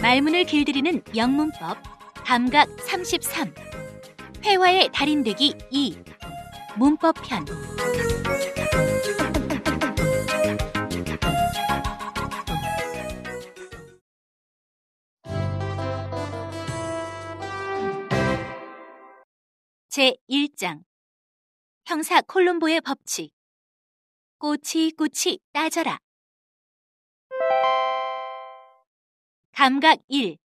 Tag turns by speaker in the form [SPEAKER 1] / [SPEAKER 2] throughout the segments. [SPEAKER 1] 말문을 길들이는 영문법 감각 33 회화의 달인 되기 2 문법편 제 1장 형사 콜롬보의 법칙 꼬치꼬치 따져라 감각 1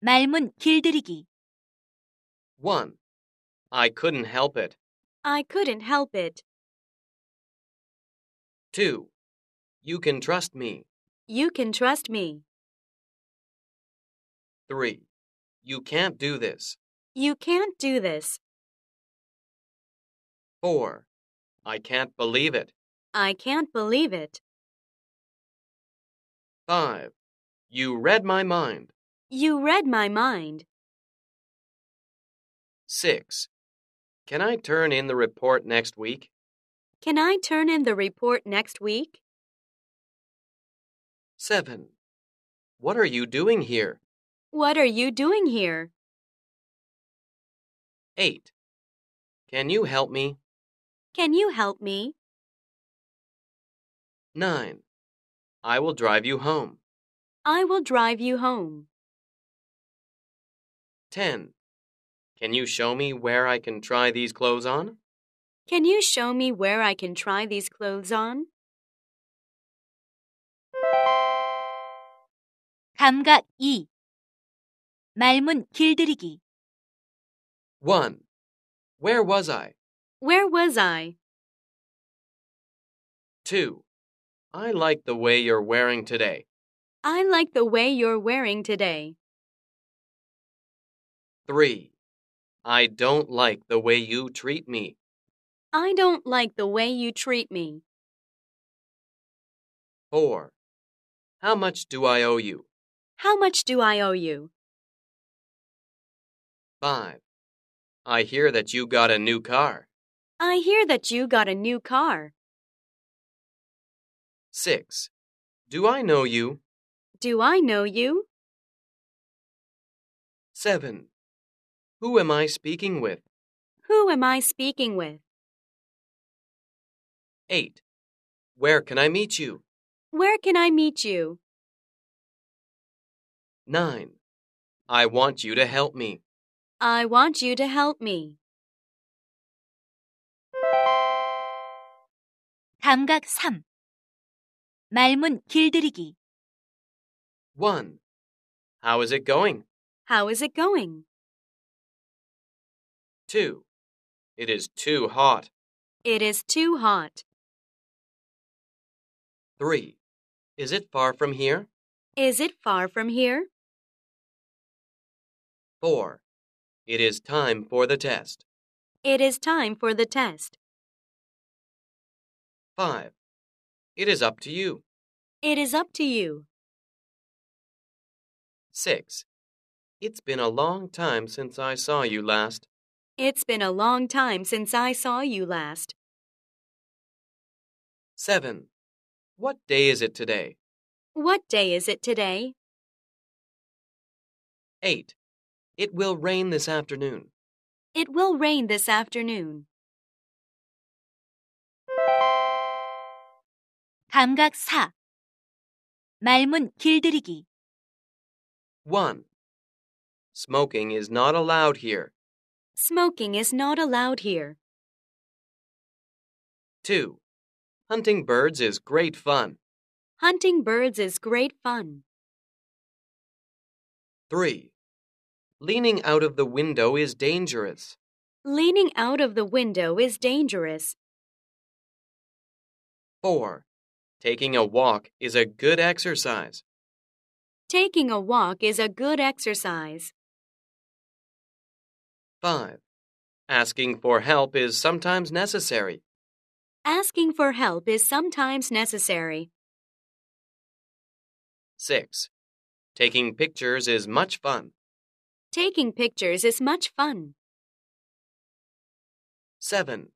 [SPEAKER 1] 말문 길들이기
[SPEAKER 2] 1. I couldn't help it.
[SPEAKER 3] I couldn't help it.
[SPEAKER 2] 2. You can trust me.
[SPEAKER 3] You can trust me.
[SPEAKER 2] 3. You can't do this.
[SPEAKER 3] You can't do this.
[SPEAKER 2] 4. I can't believe it.
[SPEAKER 3] I can't believe it.
[SPEAKER 2] 5. You read my mind.
[SPEAKER 3] You read my mind.
[SPEAKER 2] 6. Can I turn in the report next week?
[SPEAKER 3] Can I turn in the report next week?
[SPEAKER 2] 7. What are you doing here?
[SPEAKER 3] What are you doing here?
[SPEAKER 2] 8. Can you help me?
[SPEAKER 3] Can you help me?
[SPEAKER 2] 9. I will drive you home.
[SPEAKER 3] I will drive you home.
[SPEAKER 2] 10. Can you show me where I can try these clothes on?
[SPEAKER 3] Can you show me where I can try these clothes on?
[SPEAKER 1] 감각 2 말문 길들이기
[SPEAKER 2] 1. Where was I?
[SPEAKER 3] Where was I?
[SPEAKER 2] 2. I like the way you're wearing today.
[SPEAKER 3] I like the way you're wearing today.
[SPEAKER 2] 3. I don't like the way you treat me.
[SPEAKER 3] I don't like the way you treat me.
[SPEAKER 2] 4. How much do I owe you?
[SPEAKER 3] How much do I owe you?
[SPEAKER 2] 5. I hear that you got a new car.
[SPEAKER 3] I hear that you got a new car.
[SPEAKER 2] 6. Do I know you?
[SPEAKER 3] Do I know you?
[SPEAKER 2] 7. Who am I speaking with?
[SPEAKER 3] Who am I speaking with?
[SPEAKER 2] 8. Where can I meet you?
[SPEAKER 3] Where can I meet you?
[SPEAKER 2] 9. I want you to help me.
[SPEAKER 3] I want you to help me.
[SPEAKER 1] 감각 3 말문 길들이기
[SPEAKER 2] 1. How is it going?
[SPEAKER 3] How is it going?
[SPEAKER 2] 2. It is too hot.
[SPEAKER 3] It is too hot.
[SPEAKER 2] 3. Is it far from here?
[SPEAKER 3] Is it far from here?
[SPEAKER 2] 4. It is time for the test.
[SPEAKER 3] It is time for the test.
[SPEAKER 2] 5. It is up to you.
[SPEAKER 3] It is up to you.
[SPEAKER 2] 6. It's been a long time since I saw you last.
[SPEAKER 3] It's been a long time since I saw you last.
[SPEAKER 2] 7. What day is it today?
[SPEAKER 3] What day is it today?
[SPEAKER 2] 8. It will rain this afternoon.
[SPEAKER 3] It will rain this afternoon.
[SPEAKER 1] 감각 4 말문 길들이기
[SPEAKER 2] 1. Smoking is not allowed here.
[SPEAKER 3] Smoking is not allowed here.
[SPEAKER 2] 2. Hunting birds is great fun.
[SPEAKER 3] Hunting birds is great fun.
[SPEAKER 2] 3. Leaning out of the window is dangerous.
[SPEAKER 3] Leaning out of the window is dangerous.
[SPEAKER 2] 4. Taking a walk is a good exercise.
[SPEAKER 3] Taking a walk is a good exercise.
[SPEAKER 2] 5. Asking for help is sometimes necessary.
[SPEAKER 3] Asking for help is sometimes necessary.
[SPEAKER 2] 6. Taking pictures is much fun.
[SPEAKER 3] Taking pictures is much fun.
[SPEAKER 2] 7.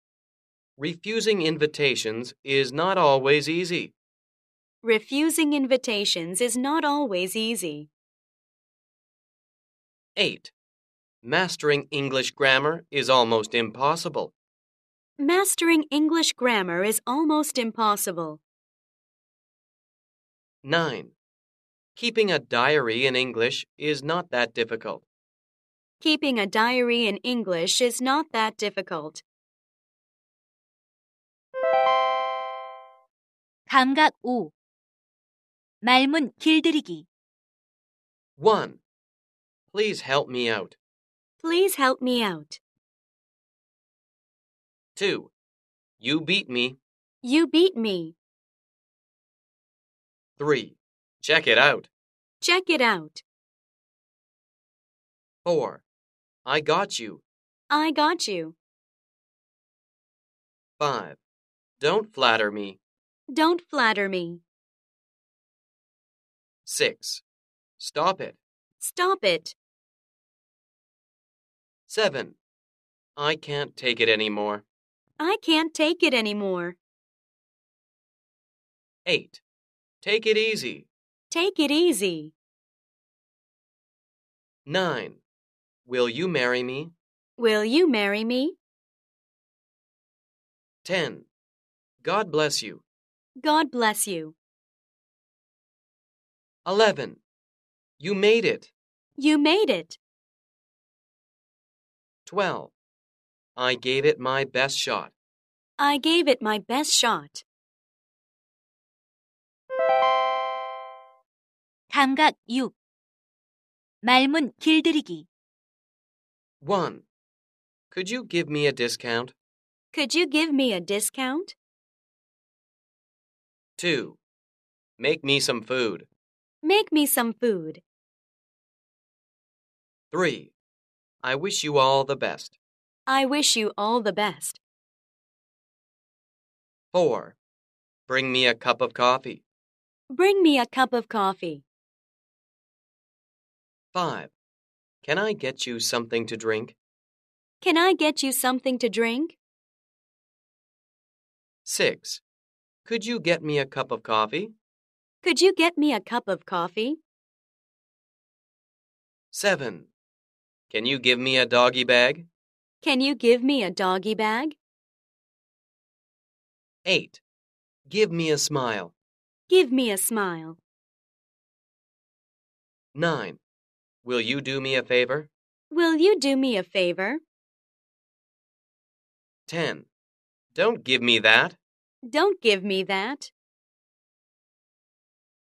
[SPEAKER 2] Refusing invitations is not always easy.
[SPEAKER 3] Refusing invitations is not always easy.
[SPEAKER 2] 8. Mastering English grammar is almost impossible.
[SPEAKER 3] Mastering English grammar is almost impossible.
[SPEAKER 2] 9. Keeping a diary in English is not that difficult.
[SPEAKER 3] Keeping a diary in English is not that difficult.
[SPEAKER 1] 감각 5. 말문 길들이기.
[SPEAKER 2] 1. Please help me out.
[SPEAKER 3] Please help me out.
[SPEAKER 2] 2. You beat me.
[SPEAKER 3] You beat me.
[SPEAKER 2] 3. Check it out.
[SPEAKER 3] Check it out.
[SPEAKER 2] 4. I got you.
[SPEAKER 3] I got you.
[SPEAKER 2] 5. Don't flatter me.
[SPEAKER 3] Don't flatter me.
[SPEAKER 2] 6. Stop it.
[SPEAKER 3] Stop it.
[SPEAKER 2] 7. I can't take it anymore.
[SPEAKER 3] I can't take it anymore.
[SPEAKER 2] 8. Take it easy.
[SPEAKER 3] Take it easy.
[SPEAKER 2] 9. Will you marry me?
[SPEAKER 3] Will you marry me?
[SPEAKER 2] 10. God bless you.
[SPEAKER 3] God bless you.
[SPEAKER 2] 11. You made it.
[SPEAKER 3] You made it.
[SPEAKER 2] 12. I gave it my best shot.
[SPEAKER 3] I gave it my best shot.
[SPEAKER 1] 감각 6. 말문 길들이기.
[SPEAKER 2] 1. Could you give me a discount?
[SPEAKER 3] Could you give me a discount?
[SPEAKER 2] 2. Make me some food.
[SPEAKER 3] Make me some food.
[SPEAKER 2] 3. I wish you all the best.
[SPEAKER 3] I wish you all the best.
[SPEAKER 2] 4. Bring me a cup of coffee.
[SPEAKER 3] Bring me a cup of coffee.
[SPEAKER 2] 5. Can I get you something to drink?
[SPEAKER 3] Can I get you something to drink?
[SPEAKER 2] 6. Could you get me a cup of coffee?
[SPEAKER 3] Could you get me a cup of coffee?
[SPEAKER 2] 7. Can you give me a doggy bag?
[SPEAKER 3] Can you give me a doggy bag?
[SPEAKER 2] 8. Give me a smile.
[SPEAKER 3] Give me a smile.
[SPEAKER 2] 9. Will you do me a favor?
[SPEAKER 3] Will you do me a favor?
[SPEAKER 2] 10. Don't give me that.
[SPEAKER 3] Don't give me that.